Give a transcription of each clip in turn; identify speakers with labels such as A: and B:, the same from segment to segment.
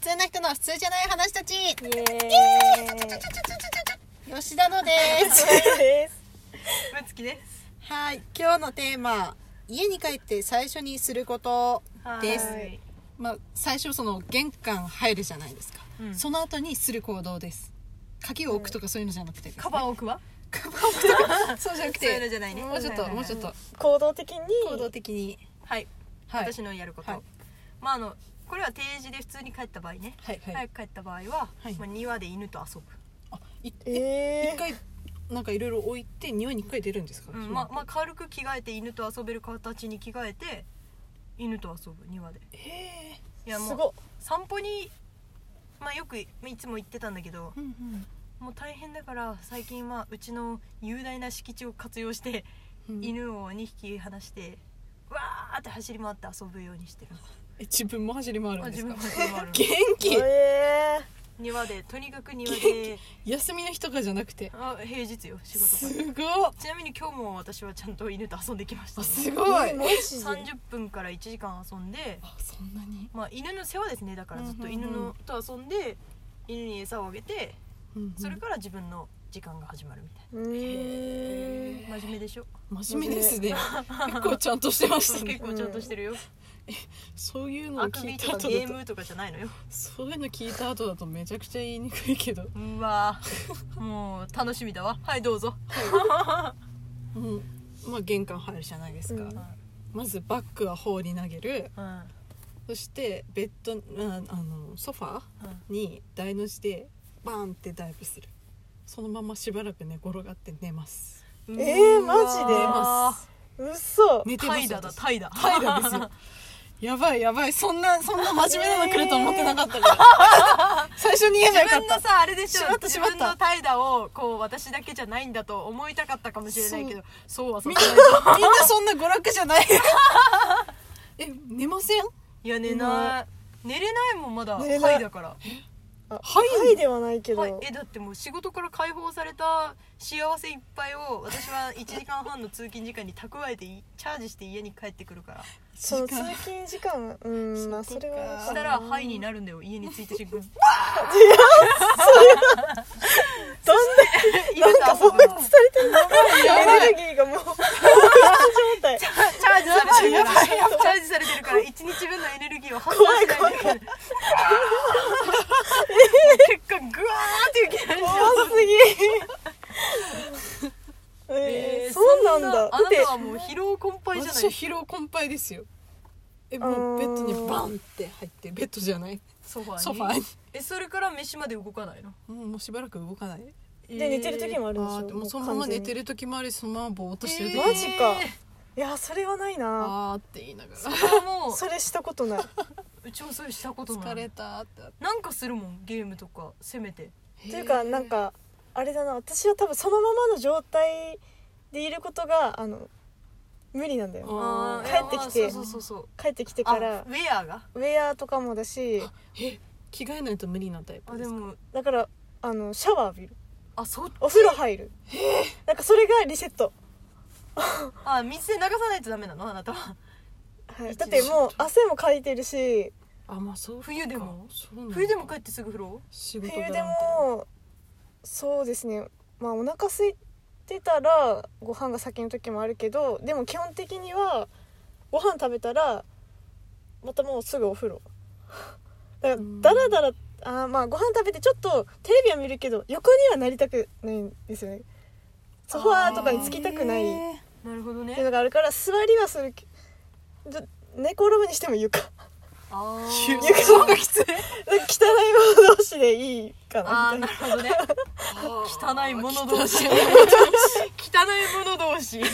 A: 通な人の普通じゃない話たち
B: イエーイ
A: 吉田の です
B: です
C: まつきです。
A: はい今日のテーマ家に帰って最初にすることです
B: はい
A: まあ最初その玄関入るじゃないですか、
C: うん
A: その後にする行動です鍵を置くとかそういうのじゃなくて、
C: カバー置くわ。
A: カバンを置くとかそうじゃなくて
C: そういうのじゃないね
A: もうちょっ
C: は
A: と
C: いはいはい
A: もうちょっと
B: 行動的に
A: 行動的に
C: はい。
A: はい
C: 私のやること。
A: はい
C: まああのこれは定時で普通に帰った場合ね。
A: はいはい、
C: 早く帰った場合は、
A: はい
C: まあ庭で犬と遊
A: あいえ
B: え
A: 一回なんかいろいろ置いて庭に一回出るんですか、
C: ぶ。うん。まあまあ軽く着替えて犬と遊べる形に着替えて犬と遊ぶ庭で。
A: へ
C: い
B: ー、
C: や
B: す
C: もう
B: ご
C: 散歩にまあよくまあいつも行ってたんだけど
A: え、うんうん
C: もう大変だから最近はうちの雄大な敷地を活用して
A: うん
C: 犬を2匹放して。わーって走り回って遊ぶようにしてる。
A: え自分も走り回る
C: あ
A: んで
C: 自
A: す
C: 分
A: か
C: も走り回る
A: 元気
B: え
C: 庭でとにかく 庭で
A: 休みの日とかじゃなくて
C: あ平日よ仕事
A: す
C: が
A: ごい
C: ちなみに今日も私はちゃんと犬と遊んできました
A: あ
C: ね、
A: す
B: ー、
A: ごい
B: マジで
C: 30分から1時間遊んで、
A: あそんなに、
C: まあ、犬の世話ですねだからずっと
A: うんうんう
C: 犬
A: ん
C: のと遊んで犬に餌をあげて
A: うんうん
C: それから自分の時間が始まるみたい
B: え
C: な真面目 でしょ
A: ら真面目ですね結構ちゃんとしてまし
C: 結
A: たね
C: 構ちゃんとしてるよ
A: そういうのを
C: あく
A: 聞い
C: び
A: た後
C: とか
A: だと
C: ゲームとかじゃないのよ
A: そういうの聞いた後だとめちゃくちゃ言いにくいけど
C: うわーもう楽しみだわはいどうぞ
A: うんまあ玄関入るじゃないですか、
B: うん
A: まずバッグは頬に投げる
C: うんうん
A: そしてベッドああのソファに台の字でバーンってダイブするそのまましばらく寝転がって寝ます
C: うん
B: えーマジで
C: う
A: 寝
C: わ
A: ま
C: ー
A: す
B: 嘘
A: 寝てま
C: 怠
A: す
C: 惰だ怠惰
A: 怠惰ですよやばいやばいそんなそんな真面目なの来ると思ってなかったから、最初に言えばよ
C: 自
A: かっ
C: 分
A: た
C: のさあれでしょ
A: しまったしまった
C: 自分の怠惰をこう私だけじゃないんだと思いたかったかもしれないけどそうはさ
A: みん
C: せ
A: な
C: ないぞ
A: みんなそんな娯楽じゃないえ寝ません
C: いや寝ない寝れないもんまだ
B: 寝れない
C: はいだから
A: は
B: あ
A: い
B: はいではないけど、
C: はいえだってもう仕事から解放された幸せいっぱいを私は1時間半の通勤時間に蓄えていチャージして家に帰ってくるから
B: その
A: 時
B: 通
A: 間
B: 勤時間うんまあ
A: そっ
B: そ
A: か
B: れは
C: したら「はい」になるんだよ家に着いた瞬間
B: どん
C: 犬
B: ななんか
C: と
B: 放
C: 遊ぶ
B: 出
C: の
B: されてるエネルギーがもう 放出状態
C: チャージされてる
A: や
C: か
A: ば
C: らチャージされてるから一日分のエネルギーを発散しないといけない結果グワーって受けない
B: 怖 すぎえーそうなんだだ
C: あな
B: って
C: たはもう疲労困憊じゃない
A: 私は疲労困憊ですよえもうベッドにバンって入ってベッドじゃない
C: ソファーに
A: ソファーに、
C: えそれから飯まで動かないの
A: うん、もうしばらく動かない
B: で寝てる時もあるんでし
A: あ
B: ょ
A: ーでもそのまま寝て
B: る
A: る時もありそのままぼーっとしてる時
C: え
A: も
C: ー
A: あ
B: マ
A: り
B: ジかいやそれはないな
A: あーって言いながら
C: それはも
B: それしたことないう
C: うちもそれしたことな
A: 疲れ
C: い
A: たーってなっ
C: なんかするもんゲームとかせめて
A: て
B: というかなんかあれだな私は多分そのままの状態でいることがあの無理なんだよ
A: あ
C: ー
A: ー
C: いや
B: 帰ってきて
C: あーそうそうそうそう
B: 帰ってきて
C: あ
B: から
C: ウェアが
B: ウェアとかもだし
A: え着替えないと無理なタイ
C: あ
A: プで
C: です
A: か
C: も
B: だからあのシャワー浴びる
C: あそう
B: お風呂入るなんかそれがリセット、
C: あ水で流さないとダメなのあなたは
B: はい、
C: 一
B: だ
C: 時
B: ってもう汗もかいてるし
A: あまあそうか
C: 冬でも
A: そうなんだ
C: 冬でも帰ってすぐ風呂
A: 仕事柄
B: 冬
A: み
B: で
A: たいな
B: もそうですねまあお腹空いてたらご飯が先の時もあるけどでも基本的にはご飯食べたらまたもうすぐお風呂 だか
A: うん
B: らだらだらあーまあご飯食べてちょっとテレビは見るけど横にはなりたくないんですよねソファーとかにつきたくないっ
A: え
C: なるほど
B: ていう
C: ね
B: のがあるから座りはするけど寝転ぶにしても床
C: あ
A: ー
C: ー
A: ゆそうがきつい
B: 汚いもの同士でいいかな
C: あー
B: みたいな
C: なるほどね汚いも の同士
A: 汚い
C: 汚いもの同士汚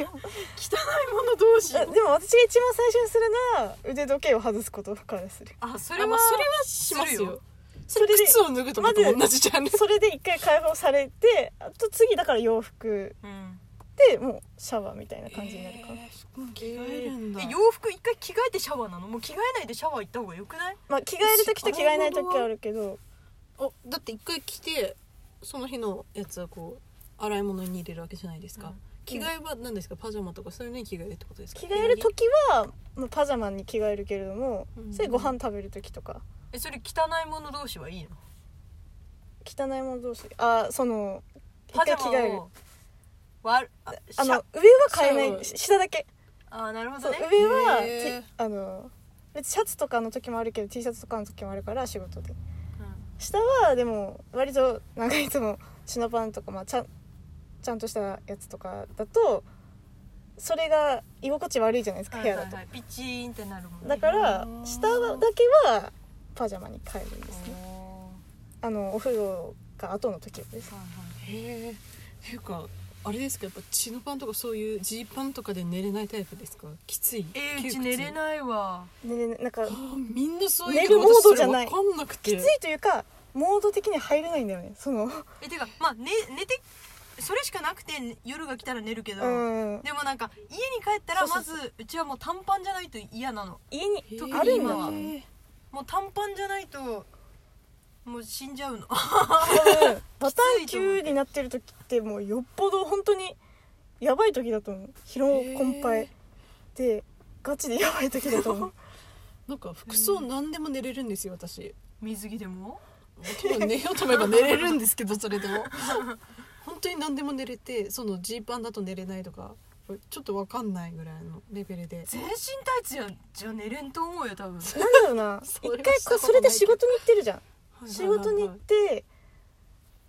C: いもの同士
B: あでも私が一番最初にするのは腕時計を外すことからする
C: あそ
A: あ
C: れ
A: ま
C: は
A: あそれはします
C: するよ
A: よそれ
B: それで
A: 靴を脱ぐとかと同じじゃんね
B: それで一回解放されてあと次だから洋服
C: うん
B: でもうシャワーみたいな感じになるかな、
A: えーうん着替えるんだ
C: え洋服一回着替えてシャワーなのもう着替えないでシャワー行った方がよくない
B: まあ、着替える時と着替えない時はあるけど
A: おだって一回着てその日のやつはこう洗い物に入れるわけじゃないですか、
C: うん
A: 着替えは何ですかパジャマとかそういうのに着替えるってことですか
B: 着替える時は、まあ、パジャマに着替えるけれども、
A: うん
B: それご飯食べる時とか
C: えそれ汚いもの同士はいいの
B: 汚いもの同士あーその一
C: パジ
B: 回
C: ャ
B: 着替え
C: マ
B: る
C: を割るあ
B: あの
C: シ
B: 上
C: ャ
B: は変えない
A: シ
B: し下だけ
C: あーなるほ
B: そ
C: ど
B: う
C: ね
B: 上は、
A: へー
B: てあの別にシャツとかの時もあるけど T シャツとかの時もあるから仕事で
C: うん
B: 下はでも割となんかいつもシノパンとか、まあ、ちゃんちゃんとしたやつとかだとそれが居心地悪いじゃないですか
C: は
B: 部
C: い
B: 屋
C: は
B: だ
C: い
B: と
C: はいピチーンってなるもんね
B: だから
A: うん
B: 下だけはパジャマに変えるんですね
C: お
B: あのお風呂が後の時です
C: ーはいはい
A: へえっていうかあれですかやっぱチノパンとかそういうジーパンとかで寝れないタイプですかきつい
C: えーうち寝れ
A: い
C: ないわ
B: 寝れなんか
A: みんなそういう
B: 寝るモードじゃない
A: 私それ分かんなくて
B: きついというかモード的には入れないんだよねその
C: えてかまあ、ね、寝てそれしかなくて夜が来たら寝るけど、
B: うん
C: でもなんか家に帰ったら
B: そ
C: ま
B: うそう
C: ずうちはもう短パンじゃないと嫌なの
B: 家に
A: へえ
C: 特
B: にあるんだ
A: へえ
C: もう短パンじゃないともう死んじゃうの
B: 多分バタンキューになってる時ってもうよっぽど本当にやばい時だと思う疲労困
A: へ
B: 憊でガチでやばい時だと思う
A: なんか服装何でも寝れるんですよ私
C: 水着でも
A: 多分寝ようと思えば寝れるんですけ どそれでも本当に何でも寝れてそのジーパンだと寝れないとかちょっと分かんないぐらいのレベルで
C: 全身タイツやんじゃ寝れんと思うよ多分
B: なんだろうな
A: そ
B: 一
A: れは
B: 回
A: したことないけど
B: こそれで仕事に行ってるじゃん仕事に行って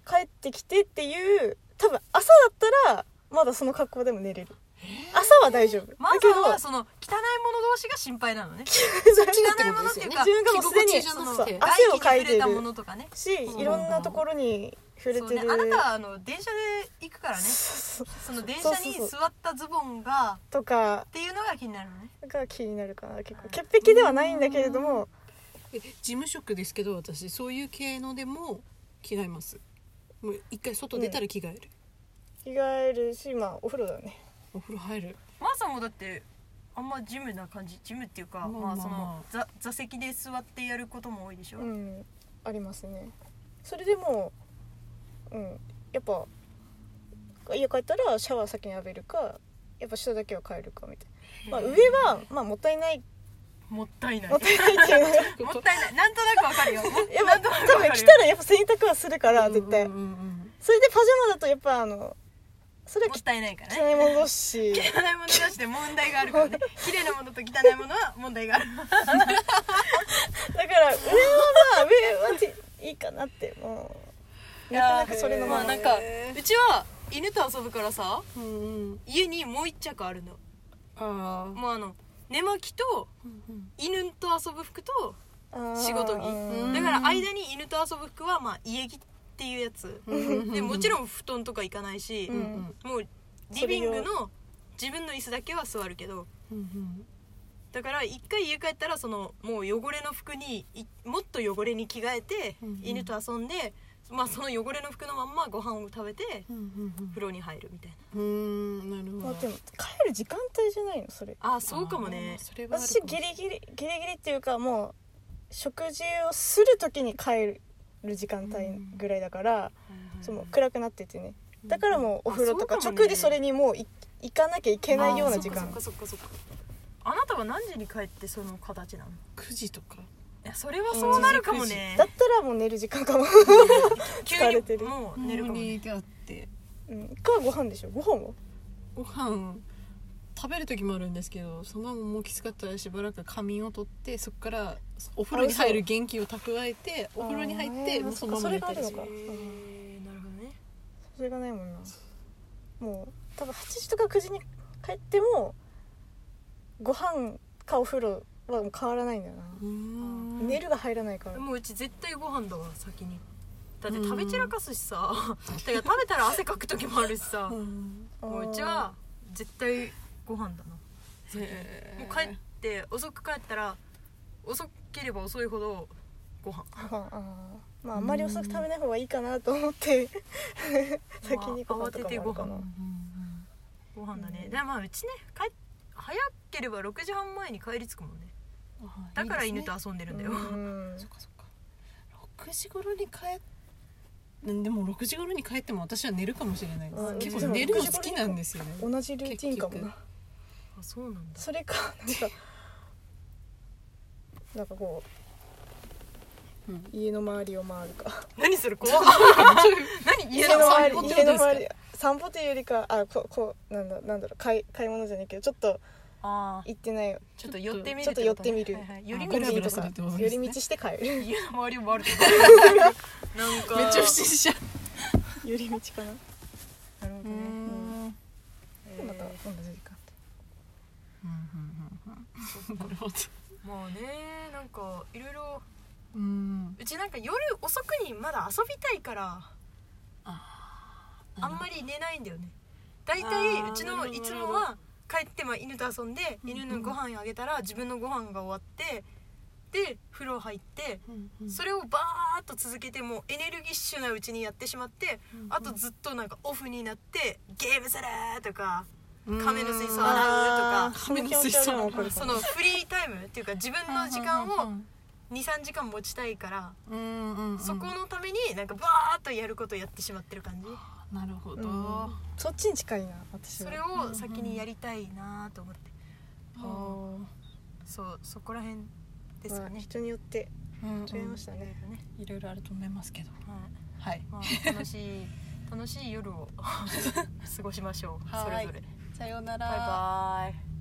B: 帰ってきてっていう多分朝だったらまだその格好でも寝れる朝は大丈夫だ
C: まず
B: け
C: は
B: ど
C: その汚いもの同士が心配なのね
A: そっちがってことですよね
C: 汚いものって
B: いうか自分がもうすでに
A: 着心地じゃ
C: そ
A: な
C: の
A: く
B: そう
A: て
B: あ汗をかい
C: 外気
B: て
C: に触
B: る
C: れたものとかね
B: しいろんなところに触れ
C: そう
B: て
C: ね
B: る
C: あなたはあの電車で行くからね
B: そうそう
C: その電車に
B: そうそうそ
C: 座ったズボンが
B: とか
C: っていうのが気になるのね
B: が気になるかな結構潔癖ではないんだけれども
A: え事務職ですけど私そういう系のでも着替えますもう一回外出たら着替える、
B: 着替えるしまあお風呂だよね
A: お風呂入る
C: マーさんもだってあんまジムな感じジムっていうか、
A: まあ
C: まあそ
A: まあまあ
C: の座座席で座ってやることも多いでしょ、
B: うんありますねそれでもうんやっぱ家帰ったらシャワー先に浴びるかやっぱ下だけは変えるかみたいな、まあ、上はまあもったいない
C: もったいない
B: もったいないっていうの が
C: もったいないなんとなくわかるよ
B: やっぱ
C: なんとな
B: 多
C: くわか
B: 分
C: る
B: 来
C: よ
B: たらやっぱ洗濯はするから絶対
A: うんうんうん
B: それでパジャマだとやっぱあのそれは
C: もっ
B: き
C: たいないからね
B: 汚いものだ し
C: 汚いものとして問題があるからね綺麗なものと汚いものは問題がある
B: だから上はまあ上はていいかなってもうなかなかそれの
C: ま
B: ま
C: あ
B: ま
C: な
B: あ
C: んかうちは犬と遊ぶからさ
A: うんうんうん
C: 家にもう一着あるの
A: ああ
C: もうあの寝巻きと
A: うんうん
C: 犬と遊ぶ服と
B: ー
C: 仕事着
B: うん
C: だから間に犬と遊ぶ服はまあ家着っていうやつ
A: うん
C: でもち
A: ん
C: ろん布団とか行かないし、
B: うん
C: もうリビングの自分の椅子だけは座るけど
A: うんうん
C: だから一回家帰ったらそのもう汚れの服にいもっと汚れに着替えて、
A: うんうん
C: 犬と遊んで、まあ、その汚れの服のまんまご飯を食べて
A: うんうんうん
C: 風呂に入るみたいな
A: うーんなる
B: ま
A: ほ
B: あ
A: ど
B: でも帰る時間帯じゃないのそれ
C: ああそうかもね
A: あーそれはあるか
B: 私
A: も
B: ギリギリギリギリっていうかもう食事をする時に帰る時間帯ぐらいだから、その暗くなっててねだからもうお風呂とか
C: あそうかもね
B: 直でそれにもうい行かなきゃいけないような時間
C: あーそっかそっかそっかそっかあなたは何時に帰ってその形なのい
A: 9時とか
C: やそれはそうなるかもね
B: だったらもう寝る時間かも、
C: 急
B: 疲
C: に
B: れてる
C: もう寝るかも、ね、
A: があって
B: うん、かご飯でしょご飯は
A: ご飯食べる時もあるんですけどそのままもうきつかったらしばらく仮眠を取ってそこからお風呂に入る元気を蓄えてお風呂に入って
B: あー
A: もうそのまま寝たり
B: そ
A: し
B: っかそれがあるのか
C: えーなるほどね
B: それがないもんなもう多分8時とか9時に帰ってもご飯かお風呂はもう変わらないんだよな、
A: うーん
B: 寝るが入らないから
C: もううち絶対ご飯だわ先にだって食べ散らかすし さだから食べたら汗かく時もあるしさ
A: う
C: も
A: ん
C: ううちは絶対ご飯だなも
A: へー
C: う帰って遅く帰ったら遅ければ遅いほどご飯
B: あーまああんまり遅く食べない方がいいかなと思って先にご飯とかもあるか
C: 慌
B: な
A: うんうん
C: ご飯だね、
B: うん
C: でまあうちね帰っ早ければ6時半前に帰り着くもんね
A: うんあ
C: だから
A: いいで
C: 犬
A: すね
C: と遊んでるんだよ、
B: うん
A: そっかそっか6時頃に帰っうんでも6時頃に帰っても私は寝るかもしれないで
B: あ
A: す結
B: で
A: 構
B: も
A: 寝るの好きなんですよね
B: 同じルーティンかも
A: 結
B: な
A: 局
C: あそ うなんだ
B: それかなんかなんかこう、
A: うん
B: 家の周りを回るか
C: 何それ怖っ 何家
B: 家
C: の
B: の周
C: 散
B: り
C: 歩って
B: 家の
C: ことですか
B: 周り散歩というよりかあここうなんだなんだろう買い買い物じゃないけどちょっと
C: ああ
B: 行ってない
C: ちょっと寄ってみる
B: ちょっと寄ってみる
C: はいはい寄り
A: ブ
C: 道
B: コ
A: ラブ
B: ン
A: ラ
B: ビニ
A: ブラ
B: と
A: する
B: か
A: ってことですね
B: 寄り道して帰る
C: 家の周りを回るってこと なんか
A: めっちゃ不審者
B: 寄り道かな
C: なるほどね
A: うん
C: えー
B: また同じ時間
A: なるほど
C: まあねなんかいろいろ
A: うん
C: うちなんか夜遅くにまだ遊びたいからあんまり寝ないんだよね大
A: あ
C: 体
A: ー
C: うち
A: な
C: の
A: るほど
C: いつもは帰ってまあ犬と遊んで
A: うんうん
C: 犬のご飯あげたら自分のご飯が終わってで風呂入ってそれをバーッと続けてもうエネルギッシュなうちにやってしまってあとずっとなんかオフになってゲームするとか亀の水槽洗うとか
B: その気持ちはでもわかる
C: そ
B: か
C: の
B: も
C: フリータイムっていうか自分の時間を23時間持ちたいから
A: を
C: そこのためになんかバーッとやることやってしまってる感じ
A: なるほど
B: うん
A: あ
B: そっちに近いな私
C: そ
B: は
C: れを先にやりたいなと思って
A: ー
C: そうそこら辺ですか
B: まあ
C: ね
B: 人によって
A: うん
B: 違いましたね、
A: いろいろあると思いますけど
C: は
A: は
C: い
A: い
C: まあ楽しい楽しい夜を 過ごしましょう
A: は
C: そ
A: ーい
C: れぞれ
A: さようなら
C: バイバイ